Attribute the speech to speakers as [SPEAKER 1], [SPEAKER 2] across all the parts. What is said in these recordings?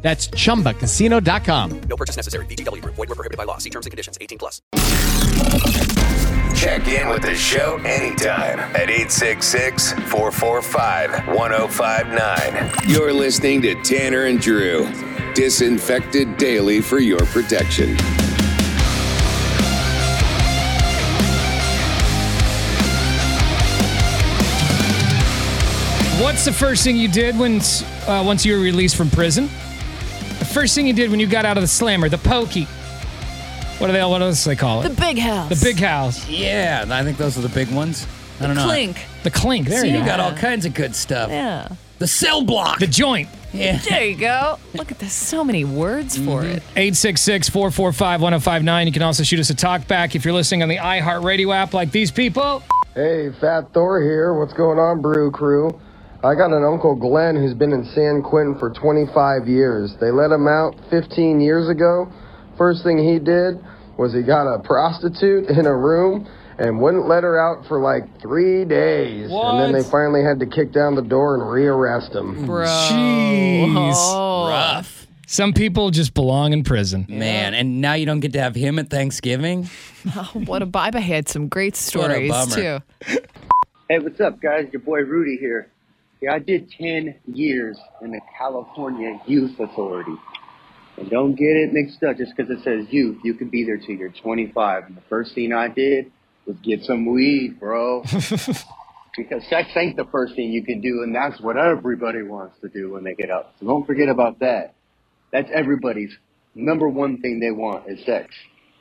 [SPEAKER 1] That's chumbacasino.com.
[SPEAKER 2] No purchase necessary. VGW Group. Void were prohibited by law. See terms and conditions. 18 plus.
[SPEAKER 3] Check in with the show anytime at 866 445 1059. You're listening to Tanner and Drew, disinfected daily for your protection.
[SPEAKER 4] What's the first thing you did when uh, once you were released from prison? The first thing you did when you got out of the slammer, the pokey. What are they? What else they call it?
[SPEAKER 5] The big house.
[SPEAKER 4] The, big house,
[SPEAKER 6] Yeah, I think those are the big ones. I don't know.
[SPEAKER 5] clink.
[SPEAKER 4] the clink. There
[SPEAKER 6] You
[SPEAKER 4] you go.
[SPEAKER 6] got all kinds of good stuff.
[SPEAKER 5] Yeah.
[SPEAKER 6] The cell block.
[SPEAKER 4] The joint.
[SPEAKER 6] yeah.
[SPEAKER 5] There you go. Look at this. So many words for
[SPEAKER 6] Mm-hmm.
[SPEAKER 5] it.
[SPEAKER 4] 866-445-1059. You can also shoot us a talk back if you're listening on the iHeartRadio app like these people.
[SPEAKER 7] Hey, Fat Thor here. What's going on, Brew Crew? I got an Uncle Glenn who's been in San Quentin for 25 years. They let him out 15 years ago. First thing he did was he got a prostitute in a room and wouldn't let her out for like three days. And
[SPEAKER 4] What?
[SPEAKER 7] then they finally had to kick down the door and rearrest him.
[SPEAKER 5] Bro.
[SPEAKER 4] Jeez.
[SPEAKER 6] Oh.
[SPEAKER 5] Oh,
[SPEAKER 6] Rough.
[SPEAKER 4] Some people just belong in prison.
[SPEAKER 6] Man, and now you don't get to have him at Thanksgiving?
[SPEAKER 5] What a Biba had some great stories
[SPEAKER 6] bummer.
[SPEAKER 5] too.
[SPEAKER 8] Hey, what's up, guys? Your boy Rudy here. Yeah, I did 10 years in the California Youth Authority. And don't get it mixed up just because it says youth. You can be there till you're 25. And the first thing I did was get some weed, bro. because sex ain't the first thing you can do, and that's what everybody wants to do when they get out. So don't forget about that. That's everybody's number one thing they want is sex.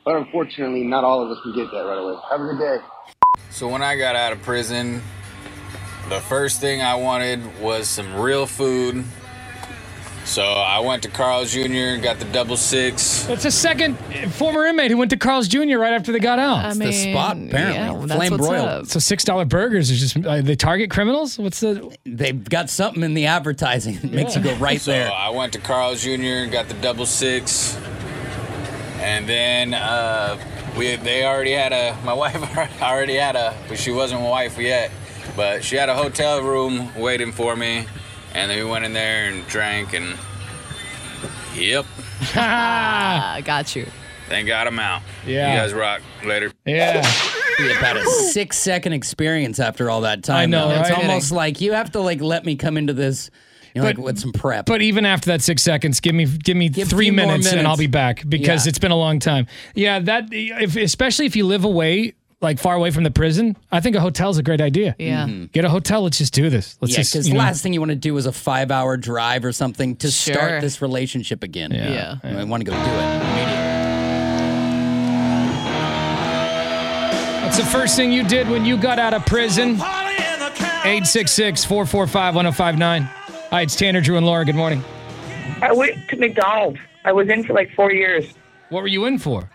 [SPEAKER 8] But unfortunately, not all of us can get that right away. Have a good day.
[SPEAKER 9] So when I got out of prison, the first thing I wanted was some real food. So I went to Carl's Jr., got the double six.
[SPEAKER 4] That's a second former inmate who went to Carl's Jr. right after they got out.
[SPEAKER 5] I
[SPEAKER 6] the
[SPEAKER 5] mean,
[SPEAKER 6] spot, apparently.
[SPEAKER 5] Yeah, well, that's
[SPEAKER 6] Flame
[SPEAKER 5] what's
[SPEAKER 6] broiled.
[SPEAKER 5] up.
[SPEAKER 4] so six dollar burgers are just uh, they target criminals. What's the
[SPEAKER 6] They've got something in the advertising that makes you go right
[SPEAKER 9] So
[SPEAKER 6] there.
[SPEAKER 9] Oh, I went to Carl's Jr., got the double six. And then uh, we they already had a my wife already had a but she wasn't my wife yet, but she had a hotel room waiting for me. And then we went in there and drank and yep,
[SPEAKER 5] Ah, got you.
[SPEAKER 9] thank God I'm out.
[SPEAKER 4] Yeah.
[SPEAKER 9] You guys rock. Later.
[SPEAKER 4] yeah?
[SPEAKER 6] Be about a six second experience after all that time.
[SPEAKER 4] I know,
[SPEAKER 6] though. It's
[SPEAKER 4] right?
[SPEAKER 6] almost like you have to like let me come into this you know,
[SPEAKER 4] But-
[SPEAKER 6] like with some prep.
[SPEAKER 4] But even after that six seconds, give me give me
[SPEAKER 6] Give
[SPEAKER 4] three
[SPEAKER 6] few more
[SPEAKER 4] minutes, and
[SPEAKER 6] minutes.
[SPEAKER 4] I'll be back because
[SPEAKER 6] Yeah.
[SPEAKER 4] it's been a long time. Yeah, that if, especially if you live away, like far away from the prison, I think a hotel's a great idea.
[SPEAKER 5] Yeah.
[SPEAKER 6] Mm-hmm.
[SPEAKER 4] Get a hotel. Let's just do this. Let's
[SPEAKER 6] yeah,
[SPEAKER 4] just
[SPEAKER 6] because
[SPEAKER 4] you
[SPEAKER 6] the
[SPEAKER 4] know,
[SPEAKER 6] last thing you want to do is a five hour drive or something to
[SPEAKER 5] Sure.
[SPEAKER 6] start this relationship again.
[SPEAKER 5] Yeah.
[SPEAKER 6] I want to go do it.
[SPEAKER 4] What's the first thing you did when you got out of prison? 866 445 1059. Hi, it's Tanner, Drew, and Laura. Good morning.
[SPEAKER 10] I went to McDonald's. I was in for like four years.
[SPEAKER 4] What were you in for?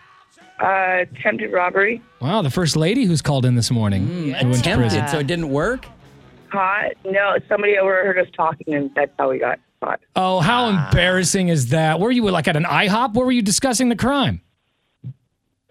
[SPEAKER 10] Uh, attempted robbery,
[SPEAKER 4] Wow, the first lady who's called in this
[SPEAKER 6] Mm,
[SPEAKER 4] morning. who went to prison.
[SPEAKER 6] Tempted, so it didn't work.
[SPEAKER 10] caught. No, somebody overheard us talking, and that's how we got caught.
[SPEAKER 4] Oh, how embarrassing is that? Were you like at an IHOP? Where were you discussing the crime?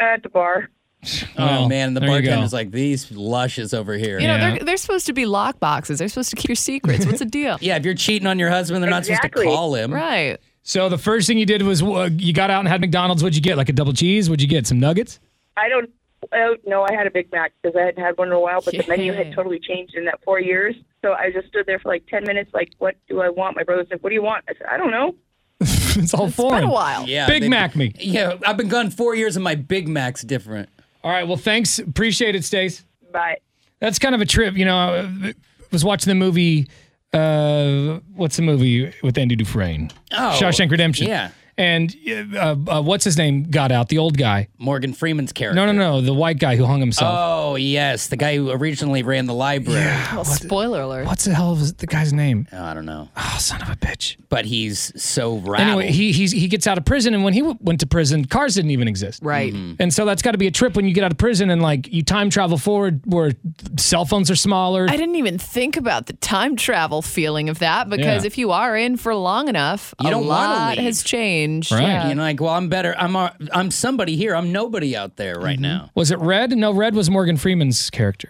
[SPEAKER 10] At the bar.
[SPEAKER 6] Oh,
[SPEAKER 4] Well,
[SPEAKER 6] man, the
[SPEAKER 4] there you go.
[SPEAKER 6] bartender's like these lushes over here.
[SPEAKER 5] You
[SPEAKER 6] Yeah.
[SPEAKER 5] know,
[SPEAKER 4] Yeah.
[SPEAKER 5] they're, they're supposed to be lock boxes. They're supposed to keep your secrets. What's the deal?
[SPEAKER 6] if you're cheating on your husband, they're not supposed
[SPEAKER 10] Exactly.
[SPEAKER 6] to call him.
[SPEAKER 5] Right.
[SPEAKER 4] So the first thing you did was uh, you got out and had McDonald's. What'd you get? Like a double cheese? What'd you get? Some nuggets?
[SPEAKER 10] I don't. Oh no, I had a Big Mac because I hadn't had one in a while, but the menu had
[SPEAKER 5] Yeah.
[SPEAKER 10] totally changed in that four years. So I just stood there for like ten minutes, like, "What do I want?" My brother's like, "What do you want?" I said, "I don't know."
[SPEAKER 4] It's all
[SPEAKER 5] It's
[SPEAKER 4] foreign.
[SPEAKER 5] been a while.
[SPEAKER 6] Yeah,
[SPEAKER 4] Big
[SPEAKER 6] they-
[SPEAKER 4] Mac me.
[SPEAKER 6] Yeah, I've been gone four years and my Big Mac's different.
[SPEAKER 4] All right. Well, thanks. Appreciate it, Stace.
[SPEAKER 10] But
[SPEAKER 4] That's kind of a trip. You know, I was watching the movie. Uh, what's the movie with Andy Dufresne?
[SPEAKER 6] Oh,
[SPEAKER 4] Shawshank Redemption.
[SPEAKER 6] yeah.
[SPEAKER 4] And uh, uh, what's his name got out? The old guy.
[SPEAKER 6] Morgan Freeman's character.
[SPEAKER 4] No, no, no. The white guy who hung himself.
[SPEAKER 6] Oh yes, the guy who originally ran the library.
[SPEAKER 5] Well, Oh, spoiler alert.
[SPEAKER 4] What's the hell is the guy's name?
[SPEAKER 6] Oh, I don't know,
[SPEAKER 4] Oh, son of a bitch.
[SPEAKER 6] but he's so rattled.
[SPEAKER 4] Anyway, he he's, he gets out of prison, and when he w- went to prison, cars didn't even exist.
[SPEAKER 5] Right.
[SPEAKER 6] Mm-hmm.
[SPEAKER 4] And so that's got to be a trip when you get out of prison and like you time travel forward where cell phones are smaller.
[SPEAKER 5] I didn't even think about the time travel feeling of that because
[SPEAKER 4] Yeah.
[SPEAKER 5] if you are in for long enough,
[SPEAKER 6] You
[SPEAKER 5] a
[SPEAKER 6] don't wanna
[SPEAKER 5] lot
[SPEAKER 6] leave.
[SPEAKER 5] has changed.
[SPEAKER 4] Right.
[SPEAKER 5] Yeah.
[SPEAKER 6] you're like, well, I'm better. I'm a, I'm somebody here. I'm nobody out there right now.
[SPEAKER 4] Was it Red? No, Red was Morgan Freeman's character.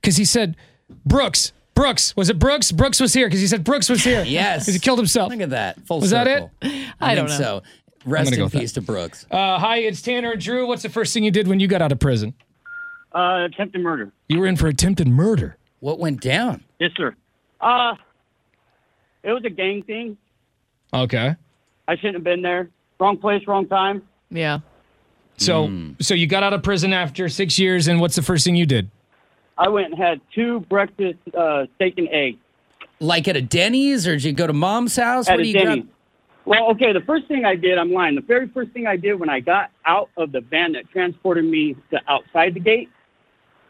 [SPEAKER 4] Because he said, Brooks, Brooks. Was it Brooks? Brooks was here because he said Brooks was here.
[SPEAKER 6] Yes.
[SPEAKER 4] 'Cause he killed himself.
[SPEAKER 6] Look at that. Full
[SPEAKER 4] Was that
[SPEAKER 6] circle.
[SPEAKER 5] I don't
[SPEAKER 6] think
[SPEAKER 5] know.
[SPEAKER 6] So rest
[SPEAKER 4] gonna go
[SPEAKER 6] in
[SPEAKER 4] with that.
[SPEAKER 6] peace to Brooks.
[SPEAKER 4] Uh, hi, it's Tanner and Drew. What's the first thing you did when you got out of prison?
[SPEAKER 11] Uh, attempted murder.
[SPEAKER 4] You were in for attempted murder.
[SPEAKER 6] What went down?
[SPEAKER 11] Yes, sir. Uh, it was a gang thing.
[SPEAKER 4] Okay.
[SPEAKER 11] I shouldn't have been there. Wrong place, wrong time.
[SPEAKER 5] Yeah.
[SPEAKER 4] So, so you got out of prison after six years, and what's the first thing you did?
[SPEAKER 11] I went and had two breakfast uh, steak and egg
[SPEAKER 6] Like at a Denny's, or did you go to mom's house?
[SPEAKER 11] at
[SPEAKER 6] what
[SPEAKER 11] a
[SPEAKER 6] do you
[SPEAKER 11] Denny's.
[SPEAKER 6] grab?
[SPEAKER 11] Well, okay, the first thing I did, I'm lying. The very first thing I did when I got out of the van that transported me to outside the gate,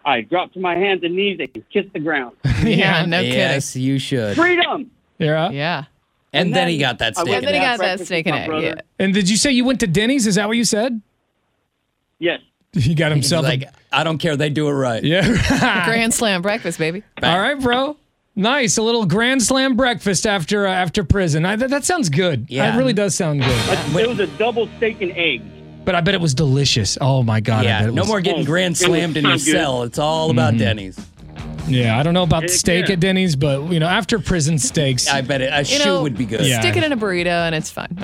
[SPEAKER 11] I dropped to my hands and knees and kissed the ground.
[SPEAKER 5] Yeah. No
[SPEAKER 6] yes, you should.
[SPEAKER 11] Freedom!
[SPEAKER 4] Yeah.
[SPEAKER 5] kidding. Yeah.
[SPEAKER 6] And, then, he got that
[SPEAKER 11] I
[SPEAKER 6] steak.
[SPEAKER 11] went
[SPEAKER 5] And then he
[SPEAKER 11] to
[SPEAKER 5] got
[SPEAKER 11] have
[SPEAKER 5] that
[SPEAKER 11] breakfast
[SPEAKER 5] steak
[SPEAKER 11] with
[SPEAKER 5] and
[SPEAKER 11] my
[SPEAKER 5] egg,
[SPEAKER 11] brother.
[SPEAKER 5] yeah.
[SPEAKER 4] And did you say you went to Denny's? Is that what you said?
[SPEAKER 11] Yes.
[SPEAKER 4] He got
[SPEAKER 6] He's
[SPEAKER 4] himself. a-
[SPEAKER 6] like, I don't care. They do it right.
[SPEAKER 4] yeah.
[SPEAKER 5] Grand slam breakfast, baby.
[SPEAKER 4] All right, bro. Nice, a little grand slam breakfast after uh, after prison. I, that, that sounds good.
[SPEAKER 6] Yeah.
[SPEAKER 4] it really does sound good.
[SPEAKER 11] It was a double steak and egg.
[SPEAKER 4] But I bet it was delicious. Oh my god, I
[SPEAKER 6] Yeah,
[SPEAKER 4] bet it
[SPEAKER 6] no
[SPEAKER 4] was- Mm-hmm.
[SPEAKER 6] more getting
[SPEAKER 11] Oh,
[SPEAKER 6] grand
[SPEAKER 11] it was
[SPEAKER 6] slammed in your
[SPEAKER 11] so good.
[SPEAKER 6] cell. It's all about Denny's.
[SPEAKER 4] Yeah, I don't know about the steak
[SPEAKER 11] yeah.
[SPEAKER 4] at Denny's, but you know, after prison steaks.
[SPEAKER 6] I bet it, a shoe
[SPEAKER 5] know,
[SPEAKER 6] would be good.
[SPEAKER 4] Yeah.
[SPEAKER 5] Stick it in a burrito and it's fine.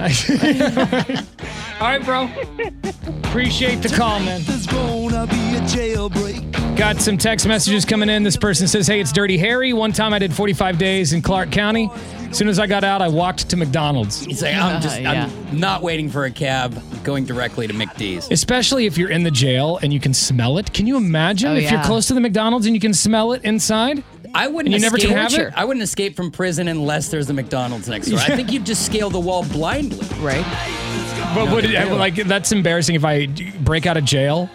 [SPEAKER 4] All right, bro. Appreciate the call, man. Got some text messages coming in. This person says, Hey, it's Dirty Harry. One time I did 45 days in Clark County. As soon as I got out, I walked to McDonald's.
[SPEAKER 6] He's like, I'm just,
[SPEAKER 5] Yeah.
[SPEAKER 6] I'm not waiting for a cab. I'm going directly to McD's.
[SPEAKER 4] Especially if you're in the jail and you can smell it. Can you imagine
[SPEAKER 5] Oh,
[SPEAKER 4] if you're
[SPEAKER 5] yeah.
[SPEAKER 4] close to the McDonald's and you can smell it inside?
[SPEAKER 6] I wouldn't.
[SPEAKER 4] And you never
[SPEAKER 6] escape,
[SPEAKER 4] can have it?
[SPEAKER 6] I wouldn't escape from prison unless there's a McDonald's next door. I think you'd just scale the wall blindly.
[SPEAKER 5] right.
[SPEAKER 4] But would
[SPEAKER 6] they
[SPEAKER 4] it,
[SPEAKER 6] do.
[SPEAKER 4] like that's embarrassing if I d- break out of jail,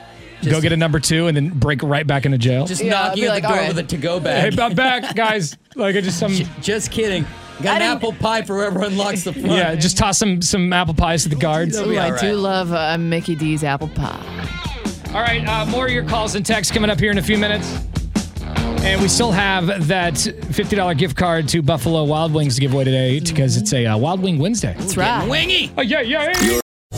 [SPEAKER 4] go
[SPEAKER 6] Just-
[SPEAKER 4] get a number two, and then break right back into jail.
[SPEAKER 6] Just
[SPEAKER 5] Yeah, I'd
[SPEAKER 6] knock
[SPEAKER 5] be
[SPEAKER 6] you at
[SPEAKER 5] like,
[SPEAKER 6] the
[SPEAKER 5] "All
[SPEAKER 6] door
[SPEAKER 5] right."
[SPEAKER 6] with a to-go
[SPEAKER 4] hey,
[SPEAKER 6] bag.
[SPEAKER 4] I'm back, guys. Like I just um, some.
[SPEAKER 6] just kidding. Got an
[SPEAKER 5] didn't-
[SPEAKER 6] apple pie for whoever unlocks the front.
[SPEAKER 4] Yeah, just toss some some apple pies to the guards.
[SPEAKER 6] That'll
[SPEAKER 5] Ooh,
[SPEAKER 6] be all
[SPEAKER 5] I
[SPEAKER 6] right.
[SPEAKER 5] do love uh, Mickey D's apple pie.
[SPEAKER 4] All right, uh, more of your calls and texts coming up here in a few minutes. And we still have that $50 gift card to Buffalo Wild Wings to give away today because it's a uh, Wild Wing Wednesday.
[SPEAKER 5] That's right.
[SPEAKER 6] wingy.
[SPEAKER 4] Oh, yeah, yeah, yeah.